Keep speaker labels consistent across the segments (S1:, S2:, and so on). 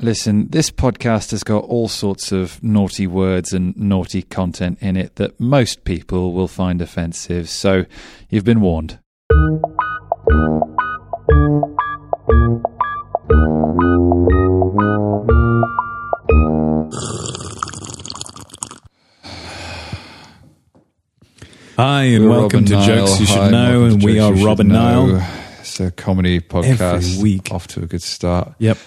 S1: Listen, this podcast has got all sorts of naughty words and naughty content in it that most people will find offensive, so you've been warned.
S2: Hi, and
S1: We're
S2: welcome
S1: Rob
S2: to
S1: and Niall.
S2: Jokes You Should
S1: Hi,
S2: Know,
S1: welcome to
S2: and we
S1: Jokes
S2: are
S1: You
S2: Rob
S1: Should
S2: and Niall.
S1: Know. It's a comedy podcast.
S2: week.
S1: Off to a good start.
S2: Yep.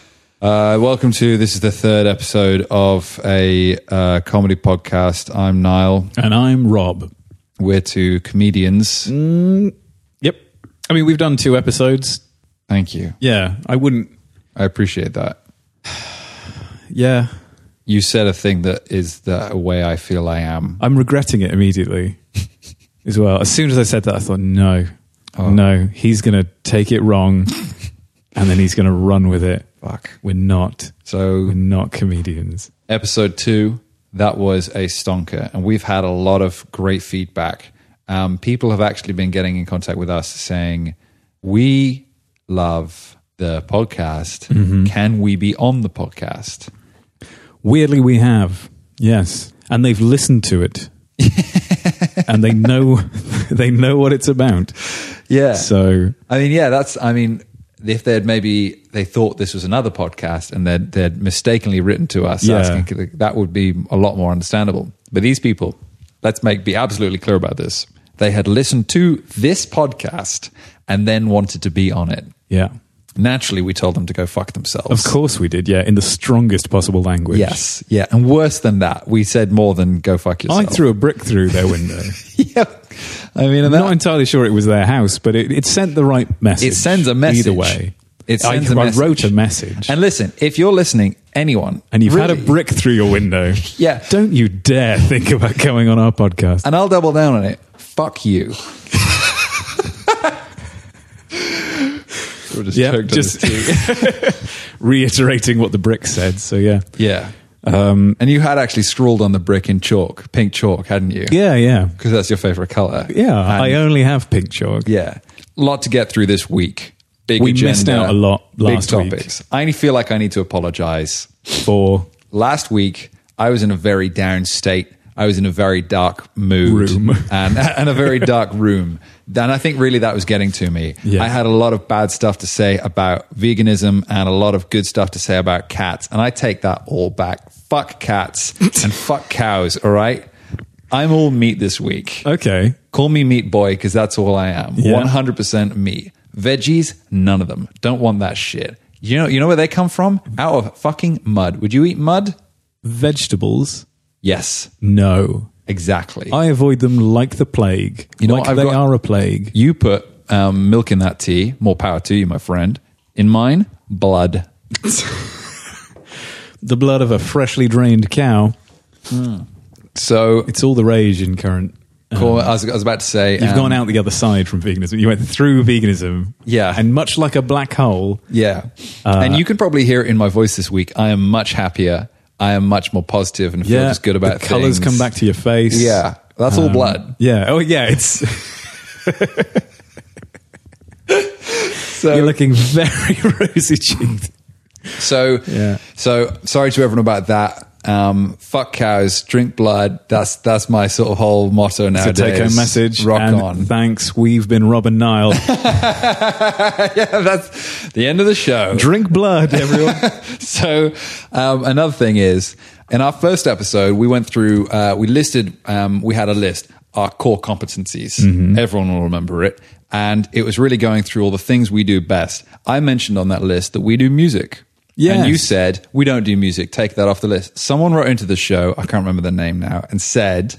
S1: Uh, welcome to this is the third episode of a uh, comedy podcast. I'm Niall.
S2: And I'm Rob.
S1: We're two comedians.
S2: Mm. Yep. I mean, we've done two episodes.
S1: Thank you.
S2: Yeah, I wouldn't.
S1: I appreciate that.
S2: Yeah,
S1: You said a thing that is the way I feel I am.
S2: I'm regretting it immediately as well. As soon as I said that, I thought, no,
S1: Oh.
S2: no, he's going to take it wrong and then he's going to run with it.
S1: Fuck.
S2: We're not.
S1: So
S2: We're not comedians.
S1: episode two, that was a stonker. And we've had a lot of great feedback. Um, people have actually been getting in contact with us saying, We love the podcast. Can we be on the podcast?
S2: Weirdly, we have. Yes. And they've listened to it. and they know they know what it's about.
S1: Yeah.
S2: So
S1: I mean, yeah, that's, I mean, if they'd maybe they thought this was another podcast and they'd, they'd mistakenly written to us
S2: Yeah.
S1: asking, that would be a lot more understandable. But these people, let's make be absolutely clear about this. They had listened to this podcast and then wanted to be on it.
S2: yeah.
S1: Naturally, we told them to go fuck themselves.
S2: Of course we did, yeah, in the strongest possible language.
S1: Yes. Yeah. And worse than that, we said more than go fuck yourself.
S2: I threw a brick through their window.
S1: yeah. I mean,
S2: I'm
S1: and that,
S2: not entirely sure it was their house, but it, it sent the right message.
S1: it sends a message.
S2: Either way.
S1: It
S2: I,
S1: sends a
S2: I
S1: message.
S2: wrote a message.
S1: And
S2: And,
S1: listen, if you're listening, anyone,
S2: you've had a
S1: really-
S2: brick through your window.
S1: Yeah.
S2: Don't you dare think about going on our podcast.
S1: and I'll double down on it. Fuck you. We're just
S2: Yeah,
S1: choked on
S2: just-
S1: this tea.
S2: Reiterating what the brick said. So yeah.
S1: yeah. Um, and you had actually scrawled on the brick in chalk, pink chalk, hadn't you?
S2: Yeah, yeah.
S1: Because that's your favorite color.
S2: Yeah. I only have pink chalk.
S1: Yeah. A lot to get through this week. Big
S2: We
S1: agenda,
S2: missed out a lot last
S1: big
S2: week.
S1: topics. I only feel like I need to apologize.
S2: For
S1: Last week, I was in a very down state. I was in a very dark mood Um,
S2: Room.
S1: and, and a very dark room. And I think really that was getting to me.
S2: Yeah.
S1: I had a lot of bad stuff to say about veganism and a lot of good stuff to say about cats. And I take that all back. Fuck cats and fuck cows, all right? I'm all meat this week.
S2: okay.
S1: Call me meat boy because that's all I am.
S2: Yeah.
S1: 100% meat. Veggies, none of them. Don't want that shit. You know, you know where they come from? Out of fucking mud. Would you eat mud?
S2: Vegetables?
S1: Yes,
S2: No.
S1: exactly.
S2: I avoid them like the plague.
S1: You know
S2: like
S1: what I've
S2: they
S1: got-
S2: are a plague.
S1: you put um, milk in that tea. More power to you, my friend. In mine, blood.
S2: The blood of a freshly drained cow.
S1: So
S2: It's all the rage in current.
S1: call, I, was, I was about to say.
S2: Uh-huh. You've
S1: um,
S2: gone out the other side from veganism. You went through veganism.
S1: Yeah.
S2: And much like a black hole,
S1: Yeah.
S2: Uh,
S1: and you can probably hear it in my voice this week. I am much happier. I am much more positive and feel
S2: yeah,
S1: just good about
S2: the
S1: things.
S2: colors come back to your face.
S1: Yeah. That's all blood.
S2: Yeah. Oh, yeah. It's
S1: So
S2: you're looking very rosy cheeked.
S1: So,
S2: Yeah.
S1: so sorry to everyone about that. Um, fuck cows, drink blood. That's that's my sort of whole motto
S2: It's a
S1: nowadays.
S2: take home message.
S1: Rock
S2: and
S1: on.
S2: Thanks. We've been Rob and Niall.
S1: yeah, that's the end of the show.
S2: Drink blood, everyone.
S1: so um, another thing is in our first episode we went through uh, we listed um, we had a list our core competencies
S2: Mm-hmm.
S1: everyone will remember it and it was really going through all the things we do best i mentioned on that list that we do music And
S2: Yes.
S1: you said, we don't do music, take that off the list. Someone wrote into the show, I can't remember the name now, and said,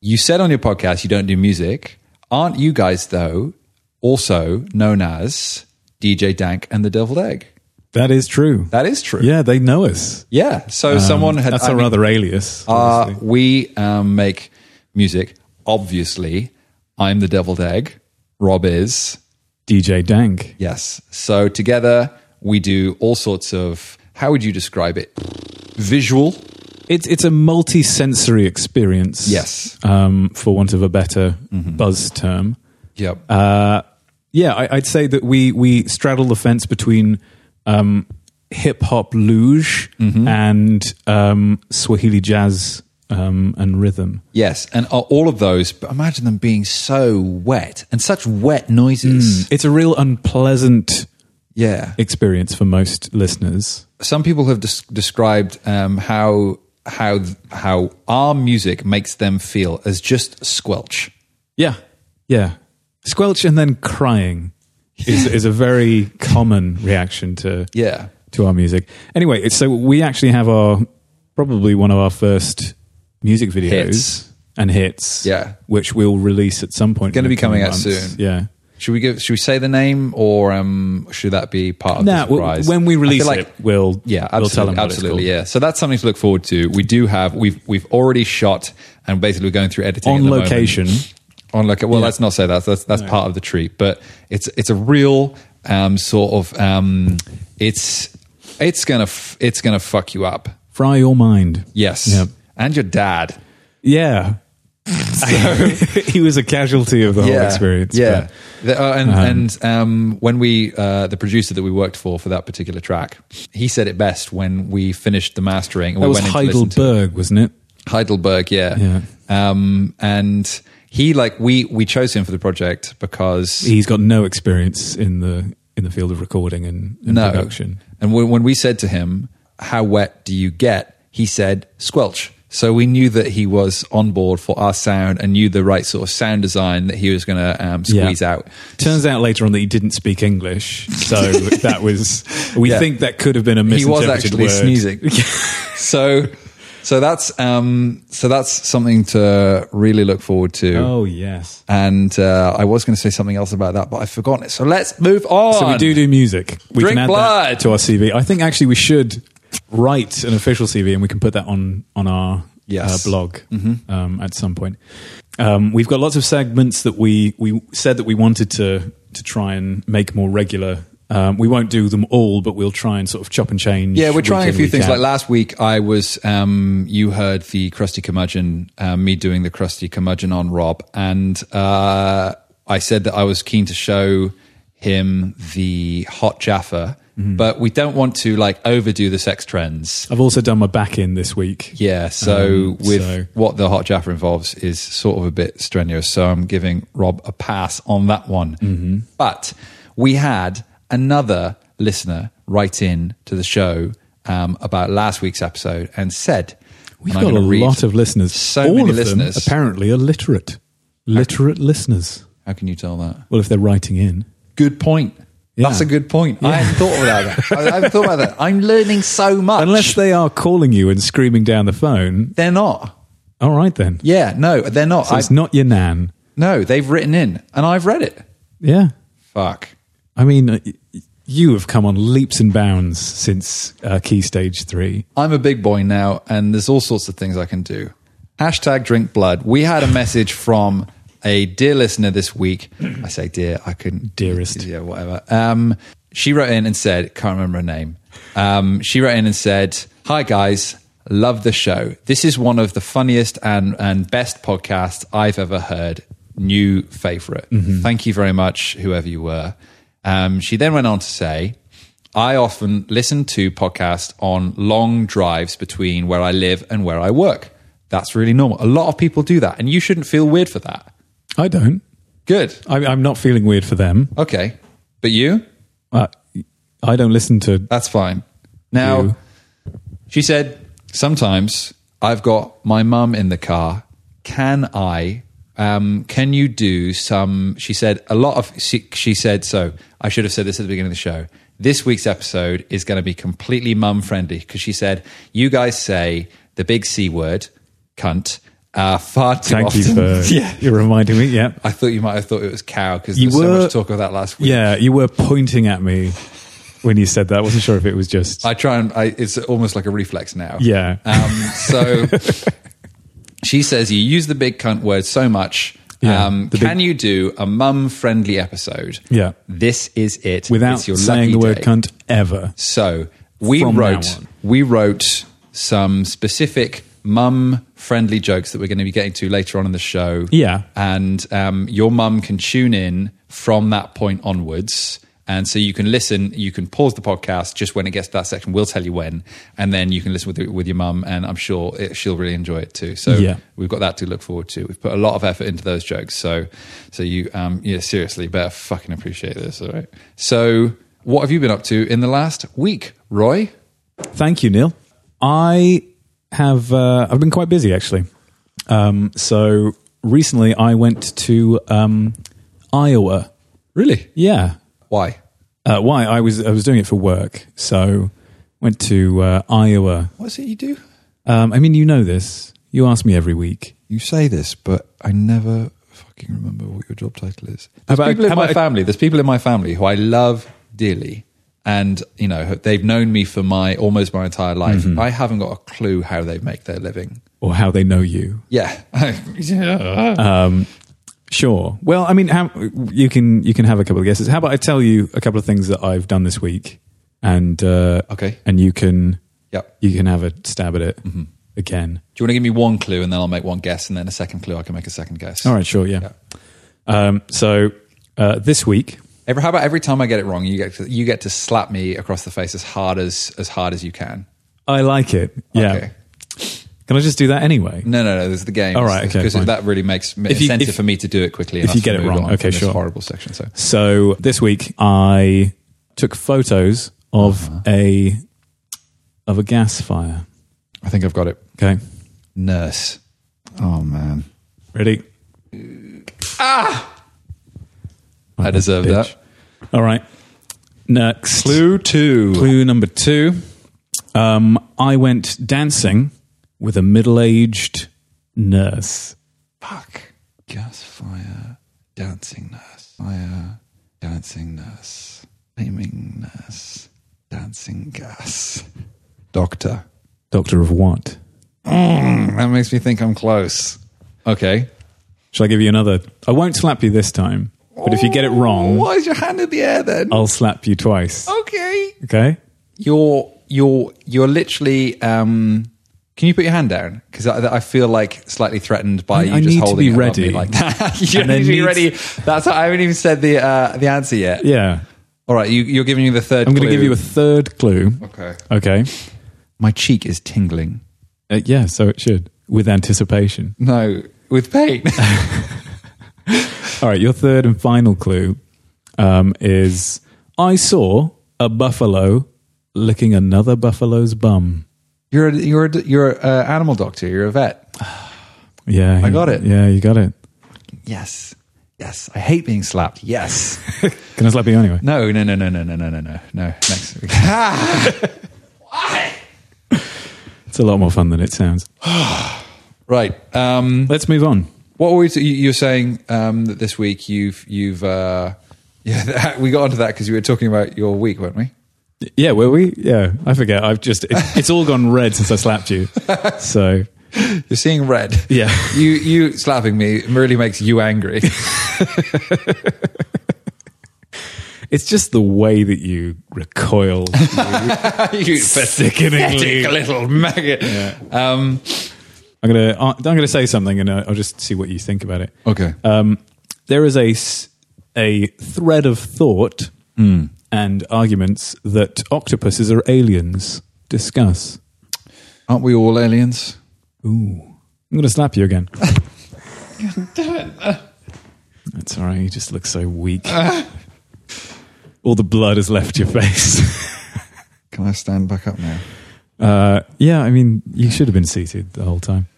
S1: you said on your podcast you don't do music. Aren't you guys, though, also known as DJ Dank and the Deviled Egg?
S2: that is true.
S1: That is true.
S2: Yeah, they know us.
S1: Yeah. So someone had.
S2: That's
S1: I
S2: our
S1: mean,
S2: other alias.
S1: uh,
S2: obviously.
S1: we um, make music. Obviously, I'm the deviled egg. Rob is.
S2: DJ Dank.
S1: Yes. So together we do all sorts of. How would you describe it? Visual.
S2: It's it's a multi-sensory experience.
S1: Yes.
S2: um, for want of a better buzz term.
S1: Yep.
S2: Uh, yeah, I, I'd say that we we straddle the fence between um, hip hop luge and um, Swahili jazz um, and rhythm.
S1: Yes, and a- all of those. But imagine them being so wet and such wet noises.
S2: It's a real unpleasant
S1: Yeah,
S2: experience for most listeners.
S1: some people have des- described um, how how how our music makes them feel as just squelch.
S2: Yeah, yeah. Squelch and then crying is is a very common reaction to
S1: Yeah,
S2: to our music. Anyway, it's- so we actually have our probably one of our first music videos
S1: Hits.
S2: and hits.
S1: Yeah.
S2: which we'll release at some point.
S1: Gonna
S2: in the
S1: be coming
S2: coming
S1: out
S2: months.
S1: soon.
S2: Yeah.
S1: should we give? Should we say the name, or um, should that be part of
S2: Now,
S1: the surprise?
S2: when we
S1: I feel
S2: release
S1: like-
S2: it, we'll
S1: yeah, absolutely,
S2: we'll tell them what it's
S1: absolutely,
S2: called.
S1: yeah. So that's something to look forward to. We do have we've we've already shot and basically going through editing
S2: On
S1: at the moment.
S2: location.
S1: On location. Well, let's not say that. That's that's part of the treat, but it's it's a real um, sort of um, it's it's gonna f- it's gonna fuck you up.
S2: Fry your mind.
S1: Yes.
S2: Yep.
S1: And your dad.
S2: Yeah. he was a casualty of the whole experience.
S1: Yeah.
S2: but-
S1: The- uh, and and um, when we, uh, the producer that we worked for for that particular track, he said it best when we finished the mastering. And
S2: That
S1: we
S2: was
S1: went in to listen to-
S2: Heidelberg, wasn't it?
S1: Heidelberg, yeah.
S2: Yeah.
S1: Um, and he, like, we, we chose him for the project because
S2: He's got no experience in the in the field of recording and, and production.
S1: And when, when we said to him, "How wet do you get?" he said, "Squelch." So we knew that he was on board for our sound and knew the right sort of sound design that he was going to um, squeeze out.
S2: Turns out later on that he didn't speak English, so that was we
S1: Yeah.
S2: think that could have been a
S1: He was
S2: misinterpreted
S1: actually
S2: word.
S1: sneezing. so, so that's um, so that's something to really look forward to.
S2: Oh yes.
S1: And uh, I was going to say something else about that, but I've forgotten it. So let's move on.
S2: So we do do music. We
S1: Drink
S2: can add
S1: blood.
S2: that to our CV. I think actually we should write an official CV and we can put that on on our
S1: Yes. Mm-hmm.
S2: uh, blog um, at some point. Um, we've got lots of segments that we we said that we wanted to to try and make more regular. Um, we won't do them all, but we'll try and sort of chop and change.
S1: Yeah, we're trying a
S2: week in,
S1: few
S2: week
S1: things.
S2: out.
S1: Like last week, I was, um, you heard the Krusty Curmudgeon, um, me doing the Krusty Curmudgeon on Rob. And uh, I said that I was keen to show him the Hot Jaffa,
S2: Mm-hmm.
S1: but we don't want to like overdo the sex trends.
S2: I've also done my back in this week.
S1: Yeah, so
S2: Um,
S1: with
S2: so-
S1: what the Hot Jaffa involves is sort of a bit strenuous. So I'm giving Rob a pass on that one.
S2: Mm-hmm.
S1: But we had another listener write in to the show um, about last week's episode and said,
S2: We've
S1: and I'm
S2: got a
S1: gonna read
S2: lot of listeners.
S1: So
S2: All
S1: many
S2: of
S1: listeners.
S2: them apparently are literate. Literate listeners.
S1: How can you tell that?
S2: Well, if they're writing in.
S1: Good point.
S2: Yeah.
S1: That's a good point. I hadn't thought about that. I haven't thought about that. I'm learning so much.
S2: Unless they are calling you and screaming down the phone.
S1: they're not.
S2: All right then.
S1: Yeah, no, they're not.
S2: So
S1: I,
S2: it's not your nan.
S1: no, they've written in and I've read it.
S2: Yeah.
S1: Fuck.
S2: I mean, uh, y- you have come on leaps and bounds since uh, Key Stage 3.
S1: I'm a big boy now, and there's all sorts of things I can do. Hashtag drink blood. We had a message from a dear listener this week. I say dear, I couldn't.
S2: Dearest.
S1: Yeah, whatever. Um, she wrote in and said, can't remember her name. Um, she wrote in and said, Hi guys, love the show. This is one of the funniest and, and best podcasts I've ever heard. New favorite. Thank you very much, whoever you were. Um, she then went on to say, I often listen to podcasts on long drives between where I live and where I work. That's really normal. A lot of people do that, and you shouldn't feel weird for that.
S2: I don't.
S1: Good.
S2: I, I'm not feeling weird for them.
S1: Okay. But you?
S2: Uh, I don't listen to.
S1: That's fine. Now,
S2: You.
S1: she said, sometimes I've got my mum in the car. Can I, um, can you do some? She said, a lot of, she, she said, so I should have said this at the beginning of the show. This week's episode is going to be completely mum friendly because she said, you guys say the big C word, cunt, uh, far too
S2: Thank
S1: often.
S2: you for.
S1: yeah.
S2: You're reminding me. Yeah.
S1: I thought you might have thought it was cow because there
S2: You
S1: was so
S2: were-
S1: much talk of that last week.
S2: Yeah, you were pointing at me when you said that. I wasn't sure if it was just.
S1: I try and I, it's almost like a reflex now.
S2: Yeah.
S1: Um, so she says you use the big cunt word so much.
S2: Yeah,
S1: um,
S2: the
S1: can you do a mum friendly episode?
S2: Yeah.
S1: This is it.
S2: without
S1: It's your
S2: saying
S1: lucky
S2: the word
S1: day.
S2: cunt ever.
S1: So we
S2: From now
S1: wrote
S2: on.
S1: we wrote some specific mum friendly jokes that we're going to be getting to later on in the show.
S2: Yeah.
S1: and um, your mum can tune in from that point onwards And so you can listen, you can pause the podcast just when it gets to that section. We'll tell you when, and then you can listen with with your mum, and I'm sure it, she'll really enjoy it too. So
S2: Yeah.
S1: we've got that to look forward to. We've put a lot of effort into those jokes, so so you um yeah seriously better fucking appreciate this. All right. So what have you been up to in the last week, Roy?
S2: Thank you, Neil. I have uh, I've been quite busy actually. Um, so recently, I went to um, Iowa.
S1: Really?
S2: Yeah,
S1: Why?
S2: uh, why I was I was doing it for work, so went to uh, Iowa.
S1: What's it you do?
S2: Um, I mean, you know this. You ask me every week.
S1: You say this, but I never fucking remember what your job title is.
S2: How
S1: There's
S2: about-
S1: people in
S2: how
S1: my
S2: about-
S1: family. There's people in my family who I love dearly, and you know they've known me for my almost my entire life.
S2: Mm-hmm.
S1: I haven't got a clue how they make their living.
S2: Or how they know you.
S1: Yeah, yeah.
S2: Sure. Well, I mean, how, you can you can have a couple of guesses. How about I tell you a couple of things that I've done this week, and uh,
S1: Okay.
S2: and you can
S1: Yep.
S2: you can have a stab at it again.
S1: Do you want to give me one clue and then I'll make one guess, and then a second clue I can make a second guess.
S2: All right, sure, yeah. Um, so uh, this week,
S1: Every, how about every time I get it wrong, you get to, you get to slap me across the face as hard as as hard as you can.
S2: I like it. Yeah.
S1: Okay.
S2: Can I just do that anyway?
S1: No, no, no. This is the game.
S2: All right, okay,
S1: Because
S2: fine.
S1: that really makes m
S2: If you-
S1: incentive
S2: if-
S1: for me to do it quickly.
S2: if
S1: enough
S2: you
S1: to
S2: get it
S1: move
S2: wrong.
S1: on from
S2: Okay,
S1: this
S2: sure.
S1: Horrible section. So
S2: So this week I took photos of
S1: Uh-huh.
S2: a of a gas fire.
S1: I think I've got it.
S2: Okay.
S1: Nurse. Oh man,
S2: Ready?
S1: I deserve
S2: Bitch.
S1: that.
S2: All right. Next.
S1: Clue two.
S2: Clue number two. Um, I went dancing with a middle aged nurse.
S1: Fuck. Gas fire. Dancing nurse. Fire. Dancing nurse. Flaming nurse. Dancing gas. Doctor.
S2: Doctor of what?
S1: That makes me think I'm close. Okay.
S2: Shall I give you another? I won't slap you this time, but if you get it wrong, Oh.
S1: Why is your hand in the air then?
S2: I'll slap you twice.
S1: Okay.
S2: Okay?
S1: you're you're you're literally um can you put your hand down because I, I feel like slightly threatened by
S2: I-
S1: you
S2: I
S1: just
S2: need to
S1: holding
S2: be
S1: it above
S2: ready.
S1: me like that you
S2: And
S1: need to
S2: then
S1: be
S2: needs-
S1: ready that's I haven't even said the uh the answer yet
S2: Yeah.
S1: all right you, you're giving me the third
S2: I'm going to give you a third clue.
S1: okay
S2: Okay.
S1: my cheek is tingling
S2: Uh, yeah, so it should. With anticipation.
S1: no with pain
S2: All right, your third and final clue um, is I saw a buffalo licking another buffalo's bum.
S1: you're a, you're a, you're an animal doctor you're a vet
S2: Yeah. I
S1: got it.
S2: Yeah, you got it.
S1: yes yes I hate being slapped yes
S2: Can I slap you anyway?
S1: no no no no no no no no no no next
S2: It's a lot more fun than it sounds.
S1: right um
S2: Let's move on.
S1: What were we you, you were saying um, that this week you've you've uh, yeah that, we got onto that because you were talking about your week, weren't we?
S2: Yeah, were we? Yeah, I forget. I've just, it's, it's all gone red since I slapped you. So,
S1: You're seeing red.
S2: Yeah.
S1: you you slapping me really makes you angry.
S2: It's just the way that you recoil.
S1: you
S2: Sickeningly.
S1: pathetic little maggot. Um,
S2: I'm gonna uh, I'm gonna say something, and uh, I'll just see what you think about it.
S1: okay.
S2: Um, there is a s- a thread of thought and arguments that octopuses are aliens. Discuss.
S1: Aren't we all aliens?
S2: Ooh, I'm gonna slap you again. That's all right. You just look so weak. all the blood has left your face.
S1: Can I stand back up now?
S2: Uh, yeah, I mean, you should have been seated the whole time.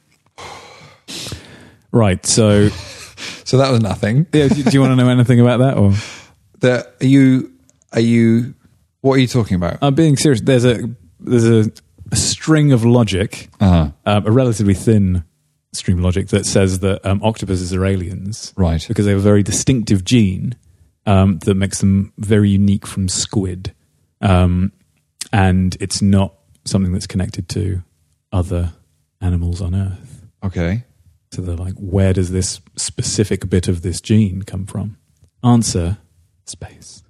S2: Right, so
S1: So that was nothing.
S2: yeah, do, do you want to know anything about that? Or
S1: That are you are you what are you talking about?
S2: I'm being serious. There's a there's a, a string of logic,
S1: Uh-huh.
S2: um, a relatively thin stream of logic that says that um, octopuses are aliens,
S1: Right.
S2: Because they have a very distinctive gene um, that makes them very unique from squid, um, and it's not something that's connected to other animals on Earth.
S1: Okay.
S2: So they're like, where does this specific bit of this gene come from? Answer: space.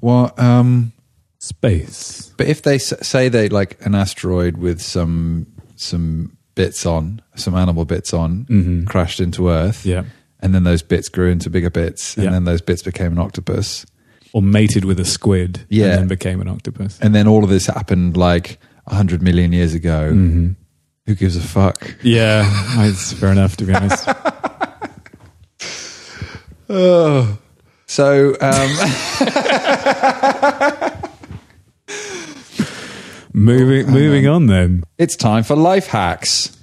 S1: Well, um,
S2: Space.
S1: But if they s- say they like an asteroid with some some bits on, some animal bits on, crashed into Earth,
S2: Mm. Mm-hmm. Yeah.
S1: and then those bits grew into bigger bits, and
S2: Yeah.
S1: then those bits became an octopus.
S2: or mated with a squid
S1: Yeah.
S2: and then became an octopus.
S1: and then all of this happened like 100 million years ago.
S2: Mm-hmm.
S1: Who gives a fuck?
S2: Yeah, it's fair enough to be honest.
S1: So, um,
S2: moving moving on then.
S1: it's time for life hacks.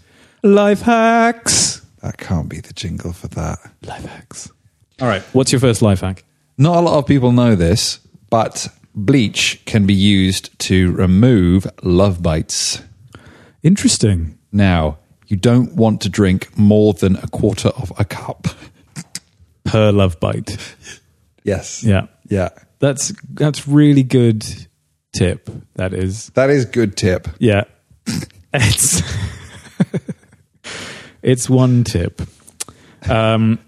S2: Life hacks.
S1: That can't be the jingle for that.
S2: Life hacks. All right, what's your first life hack?
S1: Not a lot of people know this, but bleach can be used to remove love bites.
S2: Interesting.
S1: Now, you don't want to drink more than a quarter of a cup.
S2: Per love bite.
S1: Yes.
S2: Yeah.
S1: Yeah.
S2: That's that's really good tip. That is.
S1: That is good tip.
S2: Yeah. It's It's one tip. Um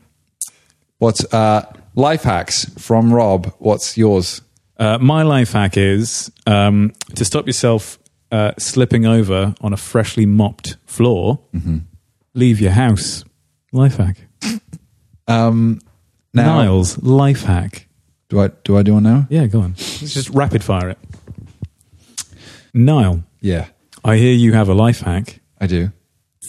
S1: What's uh life hacks from Rob? What's yours?
S2: Uh, my life hack is um, to stop yourself uh, slipping over on a freshly mopped floor. Leave your house. Life hack.
S1: Um now
S2: Niles, life hack.
S1: do I do I do one now?
S2: Yeah, go on. Let's just rapid fire it. Nile,
S1: Yeah,
S2: I hear you have a life hack
S1: I do.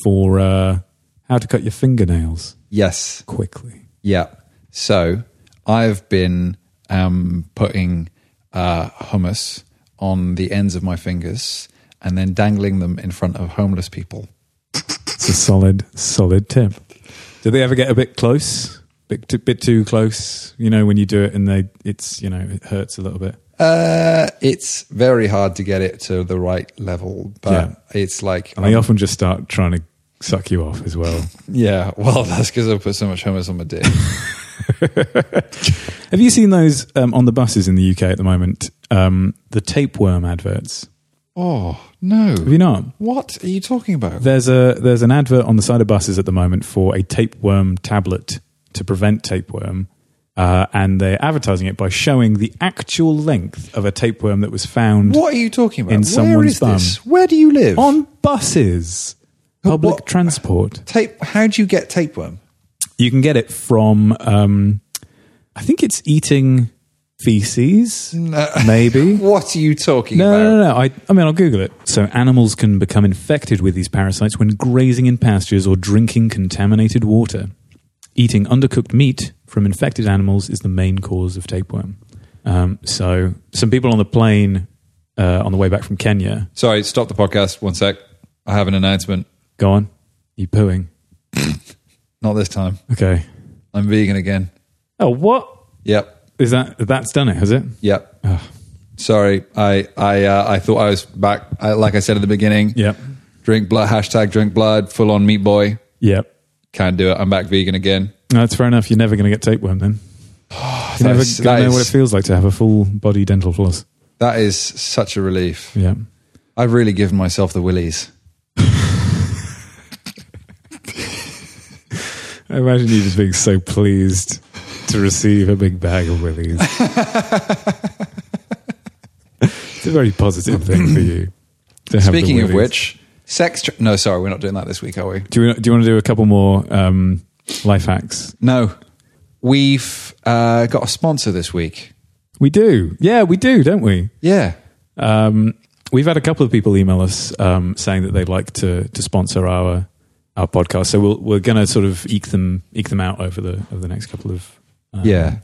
S2: for uh, how to cut your fingernails
S1: Yes.
S2: quickly.
S1: Yeah. So I've been um, putting uh, hummus on the ends of my fingers and then dangling them in front of homeless people.
S2: It's a solid, solid tip. Do they ever get a bit close? Bit too, bit too close, you know, when you do it and they, it's, you know, it hurts a little bit.
S1: Uh, it's very hard to get it to the right level, but
S2: Yeah.
S1: it's like,
S2: And they often just start trying to suck you off as well.
S1: yeah, well, that's because I put so much hummus on my dick.
S2: Have you seen those um, on the buses in the UK at the moment? Um, the tapeworm adverts.
S1: oh, no.
S2: Have you not?
S1: What are you talking about?
S2: There's a there's an advert on the side of buses at the moment for a tapeworm tablet to prevent tapeworm, uh, and they're advertising it by showing the actual length of a tapeworm that was found
S1: what are you talking about?
S2: In
S1: Where
S2: someone's
S1: is this? Where do you live?
S2: on buses, public
S1: what-
S2: transport.
S1: tape. How do you get tapeworm?
S2: You can get it from, um, I think it's eating feces, maybe.
S1: What are you talking
S2: No,
S1: about?
S2: no, no, no. I, I mean, I'll Google it. So, animals can become infected with these parasites when grazing in pastures or drinking contaminated water. Eating undercooked meat from infected animals is the main cause of tapeworm. Um, so, some people on the plane uh, on the way back from Kenya
S1: Sorry, stop the podcast. One sec. I have an announcement.
S2: go on, you pooing.
S1: Not this time.
S2: Okay.
S1: I'm vegan again.
S2: Oh, what?
S1: Yep.
S2: Is that, that's done it, has it?
S1: Yep. Sorry. I I uh, I thought I was back. I, like I said at the beginning.
S2: Yep.
S1: Drink blood. Hashtag drink blood. Full on meat boy.
S2: Yep.
S1: Can't do it. I'm back vegan again.
S2: No, that's fair enough. You're never going to get tapeworm then. You're never
S1: is-
S2: going
S1: Oh, that
S2: to know what it
S1: is-
S2: feels like to have a full body dental floss.
S1: That is such a relief.
S2: Yeah.
S1: I've really given myself the willies.
S2: I imagine you just being so pleased to receive a big bag of willies. it's a very positive thing for you. to have the
S1: Speaking of
S2: willies.
S1: which, sex. Tra- no, sorry, we're not doing that this week, are we?
S2: do you, do you want to do a couple more um, life hacks?
S1: No. We've uh, got a sponsor this week.
S2: We do. Yeah, we do, don't we?
S1: Yeah.
S2: Um, we've had a couple of people email us um, saying that they'd like to to sponsor our our podcast. So we'll, we're going to sort of eke them eke them out over the over the next couple of um,
S1: Yeah.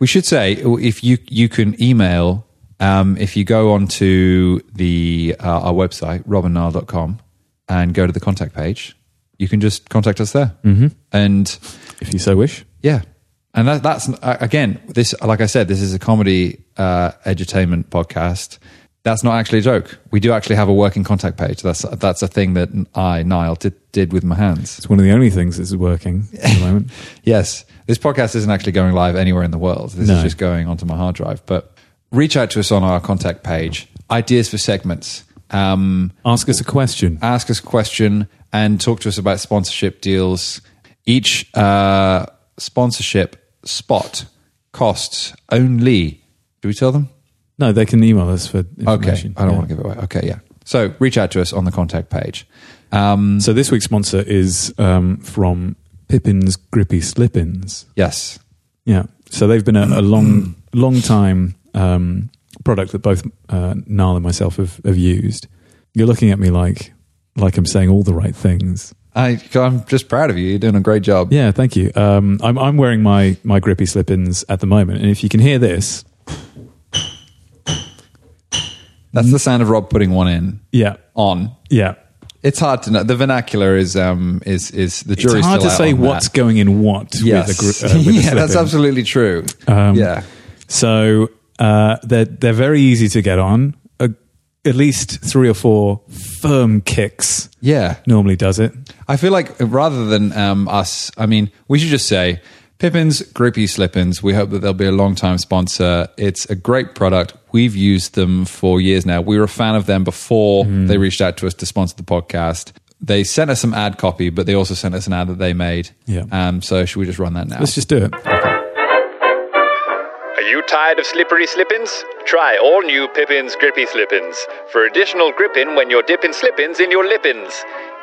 S1: We should say if you you can email um, if you go onto the uh, our website robinniall.com and go to the contact page, you can just contact us there. Mm-hmm. And
S2: if you so wish.
S1: yeah, and that, that's uh, again this like I said, this is a comedy uh, edutainment podcast. That's not actually a joke. We do actually have a working contact page. That's that's a thing that I Niall did, did with my hands.
S2: It's one of the only things that's working at the moment.
S1: Yes, this podcast isn't actually going live anywhere in the world. This is
S2: No.
S1: just going onto my hard drive. But reach out to us on our contact page. Ideas for segments. Um,
S2: Ask us a question.
S1: ask us a question and talk to us about sponsorship deals. Each uh, sponsorship spot costs only. Do we tell them?
S2: No, they can email us for
S1: Okay,
S2: information.
S1: I don't want to give it away. Okay, yeah. So reach out to us on the contact page. Um,
S2: So this week's sponsor is um, from Pippin's Grippy Slippins.
S1: yes,
S2: Yeah. So they've been a, a long long time um, product that both uh, Niall and myself have, have used. You're looking at me like like I'm saying all the right things.
S1: I, I'm just proud of you. You're doing a great job.
S2: Yeah, thank you. Um, I'm, I'm wearing my, my grippy slip ins at the moment. And if you can hear this,
S1: That's the sound of Rob putting one in
S2: yeah,
S1: on.
S2: yeah.
S1: It's hard to know. The vernacular is um is is the jury's
S2: it's hard
S1: still
S2: to
S1: out
S2: say
S1: on
S2: what's
S1: that.
S2: going in what
S1: Yes.
S2: with a, Um, gri- uh, with a
S1: yeah, that's
S2: slip-in.
S1: absolutely true. yeah.
S2: So uh, they're they're very easy to get on. Uh, at least three or four firm kicks
S1: Yeah.
S2: normally does it.
S1: I feel like rather than um, us, I mean, we should just say Pippins, Grippy Slippins. We hope that they'll be a long time sponsor. It's a great product. We've used them for years now. We were a fan of them before
S2: Mm.
S1: they reached out to us to sponsor the podcast. They sent us some ad copy, but they also sent us an ad that they made.
S2: Yeah.
S1: Um, so should we just run that now?
S2: Let's just do it.
S3: Are you tired of slippery slippins? Try all new Pippin's Grippy Slippins for additional grippin when you're dipping slippins in your lippins.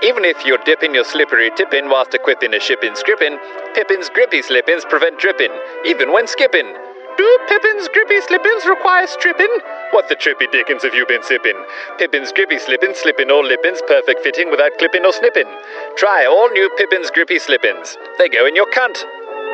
S3: Even if you're dipping your slippery tippin whilst equipping a shippin' scrippin, Pippin's Grippy Slippins prevent drippin, even when skippin. Do Pippin's Grippy Slippins require strippin? What the trippy dickens have you been sippin? Pippin's Grippy Slippins, slippin' all lippins, perfect fitting without clippin' or snippin. Try all new Pippin's Grippy Slippins. They go in your cunt.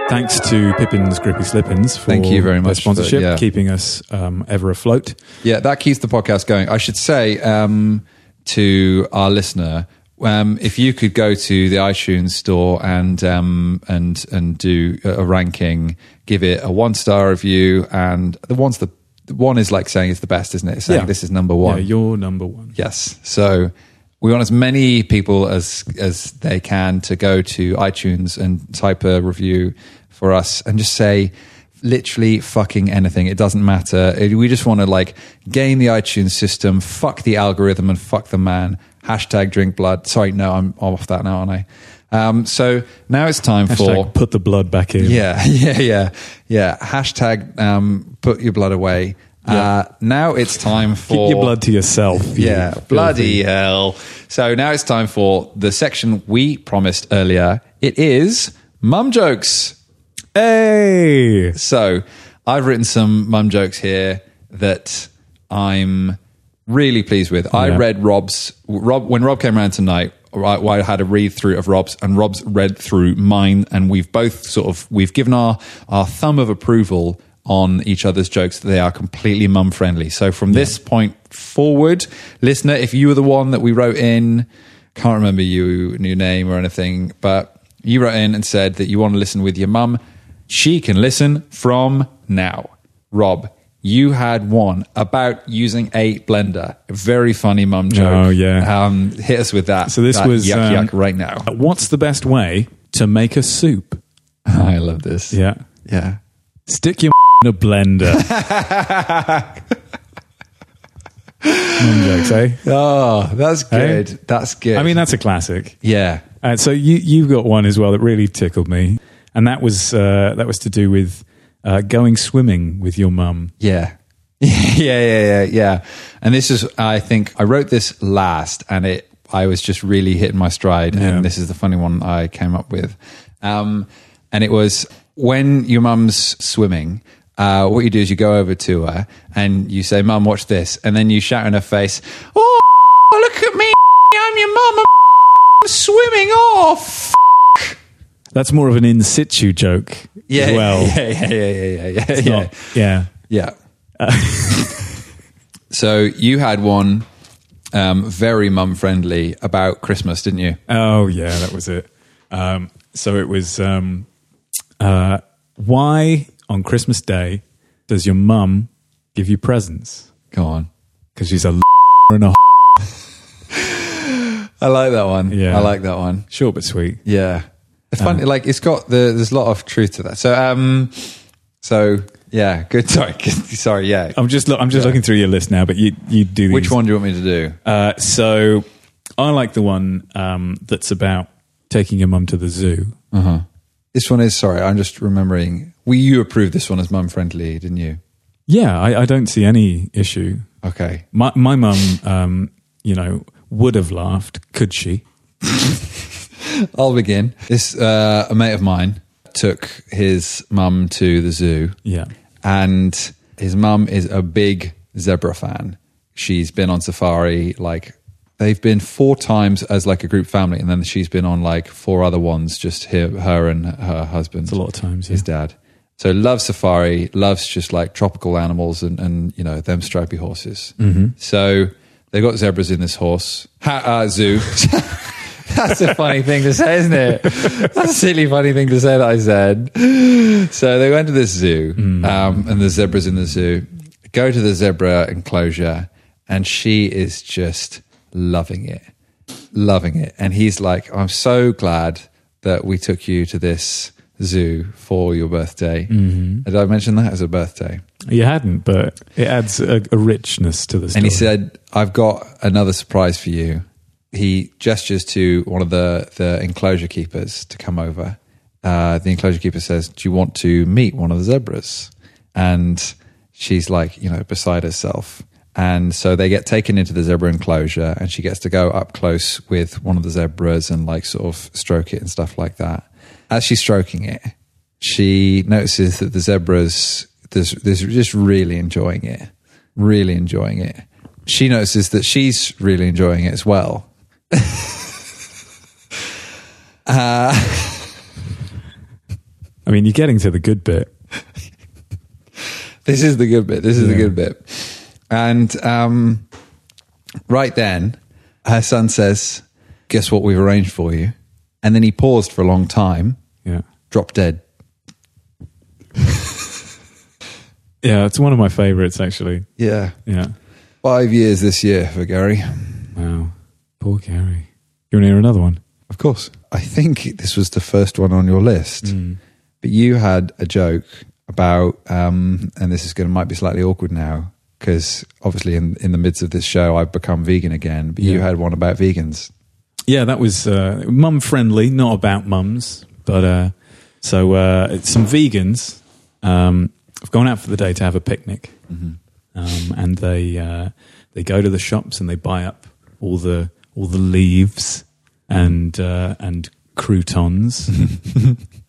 S2: Thanks to Pippin's Grippy Slippins for
S1: Thank you very
S2: their
S1: much for-
S2: sponsorship,
S1: yeah.
S2: keeping us um, ever afloat.
S1: Yeah, that keeps the podcast going. I should say um, to our listener, um, if you could go to the iTunes store and um, and and do a a ranking, give it a one star review, and the one's the, the one is like saying it's the best, isn't it? It's saying
S2: Yeah.
S1: this is number
S2: Yeah,
S1: one.
S2: you're number one.
S1: Yes. So we want as many people as as they can to go to iTunes and type a review for us and just say literally fucking anything. It doesn't matter. It- We just want to like game the iTunes system, fuck the algorithm and fuck the man. Hashtag drink blood. Sorry, no, I'm off that now, aren't I? Um, so now it's time
S2: Hashtag
S1: for
S2: put the blood back in.
S1: yeah, yeah, yeah, yeah. Hashtag um, put your blood away. Uh, now it's time for
S2: Keep your blood to yourself. you
S1: yeah,
S2: filthy-
S1: bloody hell. So now it's time for the section we promised earlier. It is mum jokes.
S2: Hey!
S1: So I've written some mum jokes here that I'm really pleased with. I
S2: Yeah.
S1: read Rob's Rob when Rob came around tonight. I, I had a read through of Rob's, and Rob's read through mine, and we've both sort of we've given our our thumb of approval on each other's jokes. They are completely mum friendly. So from this point forward, listener, if you were the one that we wrote in, can't remember you your name or anything, but you wrote in and said that you want to listen with your mum. She can listen from now. Rob, you had one about using a blender. A very funny mum joke.
S2: Oh, yeah.
S1: Um, hit us with that.
S2: So this
S1: That
S2: was.
S1: yuck
S2: um,
S1: yuck right now.
S2: What's the best way to make a soup?
S1: I love this.
S2: Yeah.
S1: yeah.
S2: Stick your in a blender. Mum jokes, eh?
S1: Oh, that's
S2: Hey?
S1: good. That's good.
S2: I mean, that's a classic.
S1: yeah.
S2: Uh, so you you've got one as well that really tickled me, and that was uh, that was to do with uh, going swimming with your mum.
S1: Yeah. yeah, yeah, yeah, yeah. And this is, I think, I wrote this last, and it, I was just really hitting my stride,
S2: Yeah.
S1: and this is the funny one I came up with. Um, and it was when your mum's swimming. Uh, what you do is you go over to her and you say, "Mum, watch this," and then you shout in her face, "Oh, look at me! I'm your mum. I'm swimming off."
S2: That's more of an in situ joke as well.
S1: yeah, yeah, yeah, yeah, yeah, yeah.
S2: It's
S1: yeah.
S2: not- yeah.
S1: Yeah. so you had one um, very mum friendly about Christmas, didn't you?
S2: Oh yeah, that was it. Um, so it was um, uh, why on Christmas Day does your mum give you presents?
S1: Go on.
S2: Because she's a and a
S1: I like that one.
S2: Yeah.
S1: I like that one.
S2: short but sweet.
S1: Yeah. It's funny. like it's got the there's a lot of truth to that. So um, so yeah. Good. Sorry. Good, sorry. Yeah.
S2: I'm just lo- I'm just looking through your list now, but you you do these.
S1: Which one do you want me to do?
S2: Uh, so I like the one um, that's about taking your mum to the zoo.
S1: This one is sorry. I'm just remembering. We you approved this one as mum friendly, didn't you?
S2: Yeah, I, I don't see any issue.
S1: Okay.
S2: My my mum, um, you know, would have laughed could she?
S1: I'll begin. This uh, a mate of mine took his mum to the zoo.
S2: Yeah.
S1: and his mum is a big zebra fan. She's been on safari like they've been four times as like a group family, and then she's been on like four other ones, just her, her and her husband.
S2: a lot of times,
S1: his dad. So loves safari, loves just like tropical animals and and you know them stripy horses. So they got zebras in this horse ha, uh, zoo. That's a funny thing to say, isn't it? That's a silly, funny thing to say that I said. So they went to this zoo, um, and the zebra's in the zoo. Go to the zebra enclosure, and she is just loving it, loving it. And he's like, I'm so glad that we took you to this zoo for your birthday. Uh, Did I mention that as a birthday?
S2: You hadn't, but it adds a, a richness to the story.
S1: And he said, I've got another surprise for you. He gestures to one of the, the enclosure keepers to come over. Uh, the enclosure keeper says, Do you want to meet one of the zebras? And she's like, you know, beside herself. And so they get taken into the zebra enclosure, and she gets to go up close with one of the zebras and like sort of stroke it and stuff like that. As she's stroking it, she notices that the zebras, there's, there's just really enjoying it really enjoying it. She notices that she's really enjoying it as well.
S2: I mean, you're getting to the good bit.
S1: This is the good bit. This is the
S2: Yeah.
S1: good bit. And um, right then, her son says, Guess what we've arranged for you? And then he paused for a long time,
S2: Yeah.
S1: dropped dead.
S2: Yeah, it's one of my favorites, actually.
S1: Yeah.
S2: Yeah.
S1: Five years this year for Gary.
S2: Wow. Poor Gary. You want to hear another one?
S1: Of course. I think this was the first one on your list,
S2: Hmm.
S1: but you had a joke about, um, and this is going to might be slightly awkward now because obviously in in the midst of this show I've become vegan again. But you
S2: Yeah.
S1: had one about vegans.
S2: Yeah, that was uh, mum friendly, not about mums, but uh, so uh, some vegans um, have gone out for the day to have a picnic, um, and they uh, they go to the shops and they buy up all the all the leaves and uh, and croutons,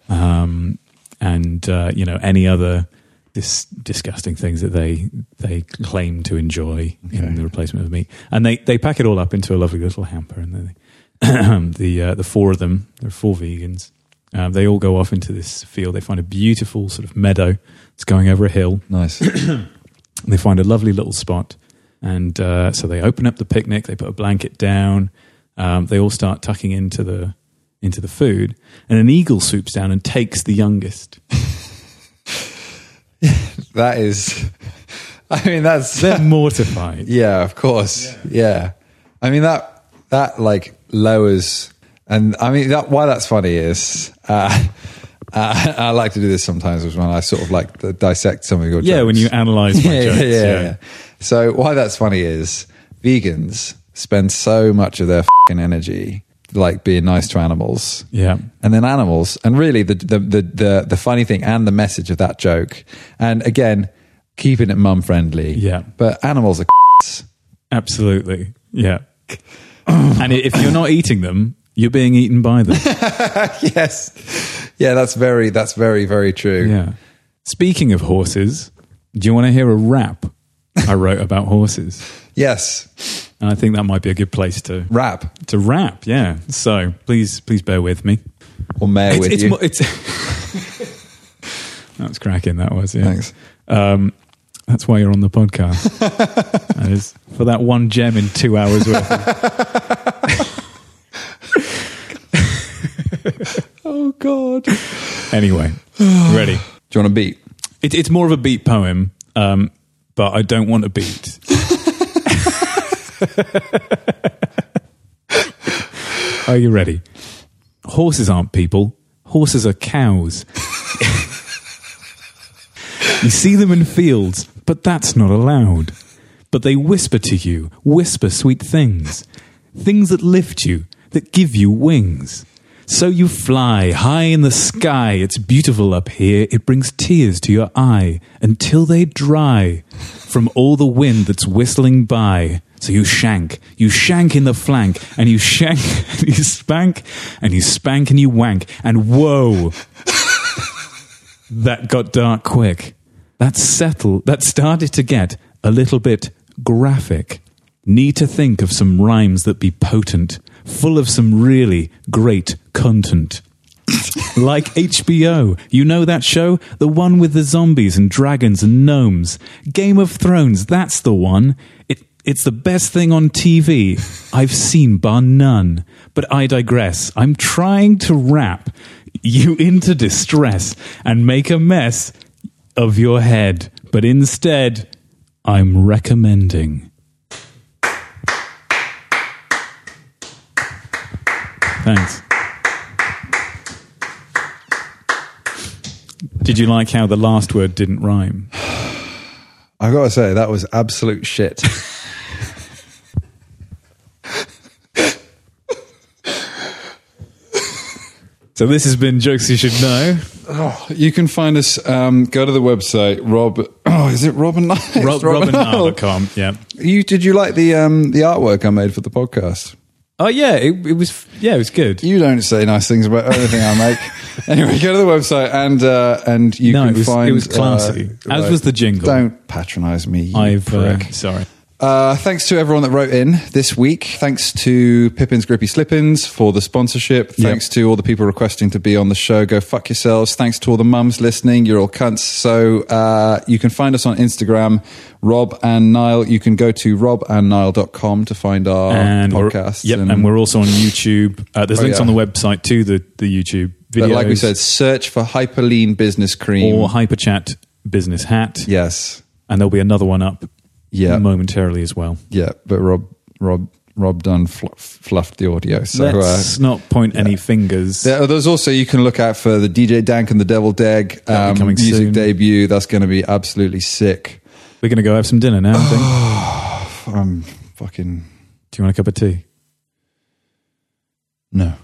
S2: um, and uh, you know any other dis- disgusting things that they they claim to enjoy
S1: Okay.
S2: in the replacement of meat, and they they pack it all up into a lovely little hamper, and then they, the uh, the four of them, there are four vegans. Um, they all go off into this field. They find a beautiful sort of meadow. It's going over a hill.
S1: Nice.
S2: They find a lovely little spot, and uh, so they open up the picnic. They put a blanket down. Um, they all start tucking into the into the food, and an eagle swoops down and takes the youngest.
S1: that is, I mean, that's
S2: They're mortified.
S1: yeah, of course, yeah. I mean that that like lowers, and I mean that why that's funny is. Uh, uh, I like to do this sometimes, is when I sort of like dissect some of your
S2: Yeah, when
S1: jokes.
S2: you analyze my
S1: yeah,
S2: jokes,
S1: yeah, yeah, yeah. So why that's funny is vegans spend so much of their fing energy like being nice to animals.
S2: Yeah.
S1: And then animals, and really the the, the the the funny thing and the message of that joke, and again, keeping it mum friendly.
S2: Yeah.
S1: But animals are
S2: absolutely, yeah. and i- if you're not eating them, you're being eaten by them.
S1: yes, yeah. That's very that's very very true.
S2: Yeah. Speaking of horses, do you want to hear a rap I wrote about horses?
S1: Yes,
S2: And I think that might be a good place to
S1: rap
S2: to wrap. Yeah. So please, please bear with me.
S1: or mare with
S2: it's,
S1: you.
S2: mo- it's that was cracking. That was yeah.
S1: Thanks.
S2: Um, that's why you're on the podcast. that is for that one gem in two hours worth.
S1: oh God! Do you
S2: Anyway, ready.
S1: want a beat?
S2: It, it's more of a beat poem, um, but I don't want a beat. Are you ready? Horses aren't people. Horses are cows. you see them in fields, but that's not allowed. But they whisper to you, whisper sweet things, things that lift you, that give you wings. So you fly high in the sky. It's beautiful up here. It brings tears to your eye until they dry from all the wind that's whistling by. So you shank, you shank in the flank, and you shank, and you spank, and you spank, and you wank, and whoa, that got dark quick. that settled, that started to get a little bit graphic. Need to think of some rhymes that be potent, full of some really great content. like HBO. You know that show? The one with the zombies and dragons and gnomes. Game of Thrones, that's the one. It, it's the best thing on TV I've seen, bar none. But I digress. I'm trying to wrap you into distress and make a mess of your head. But instead, I'm recommending. Thanks. Did you like how the last word didn't rhyme?
S1: I gotta say, that was absolute shit.
S2: So this has been jokes you should know.
S1: you can find us. Um, go to the website. Rob. Oh, is it Robin? Rob,
S2: Rob, RobinNile.com. Yeah.
S1: You did you like the um, the artwork I made for the podcast?
S2: Oh yeah, it, it was yeah, it was good.
S1: You don't say nice things about anything I make. anyway, go to the website and uh, and you
S2: No,
S1: can
S2: it was-
S1: find
S2: it was classy,
S1: uh,
S2: as was the jingle.
S1: Don't patronise me. You
S2: I've uh,
S1: prick.
S2: sorry.
S1: Uh, thanks to everyone that wrote in this week. Thanks to Pippin's Grippy Slippins for the sponsorship. Thanks to all the people requesting to be on the show. Go fuck yourselves. Thanks to all the mums listening. You're all cunts. So uh, you can find us on Instagram, Rob and Nile. You can go to robandnile.com to find our
S2: and we're-
S1: podcast.
S2: Yep, and, we're also on YouTube. Uh, there's
S1: Oh,
S2: links
S1: yeah.
S2: on the website to the the YouTube
S1: but
S2: videos.
S1: like we said, search for Hyperlean Business Cream.
S2: or Hyperchat Business Hat,
S1: yes.
S2: and there'll be another one up
S1: Yeah.
S2: momentarily as well.
S1: Yeah. But Rob, Rob, Rob Dunn fluff, fluffed the audio. So uh,
S2: Let's not point any fingers.
S1: There, there's also you can look out for the DJ Dank and the Devil Deg
S2: be
S1: um,
S2: coming
S1: music
S2: soon.
S1: debut. That's going to be absolutely sick.
S2: We're going to go have some dinner now. I think. Um,
S1: I'm fucking
S2: Do you want a cup of tea?
S1: no.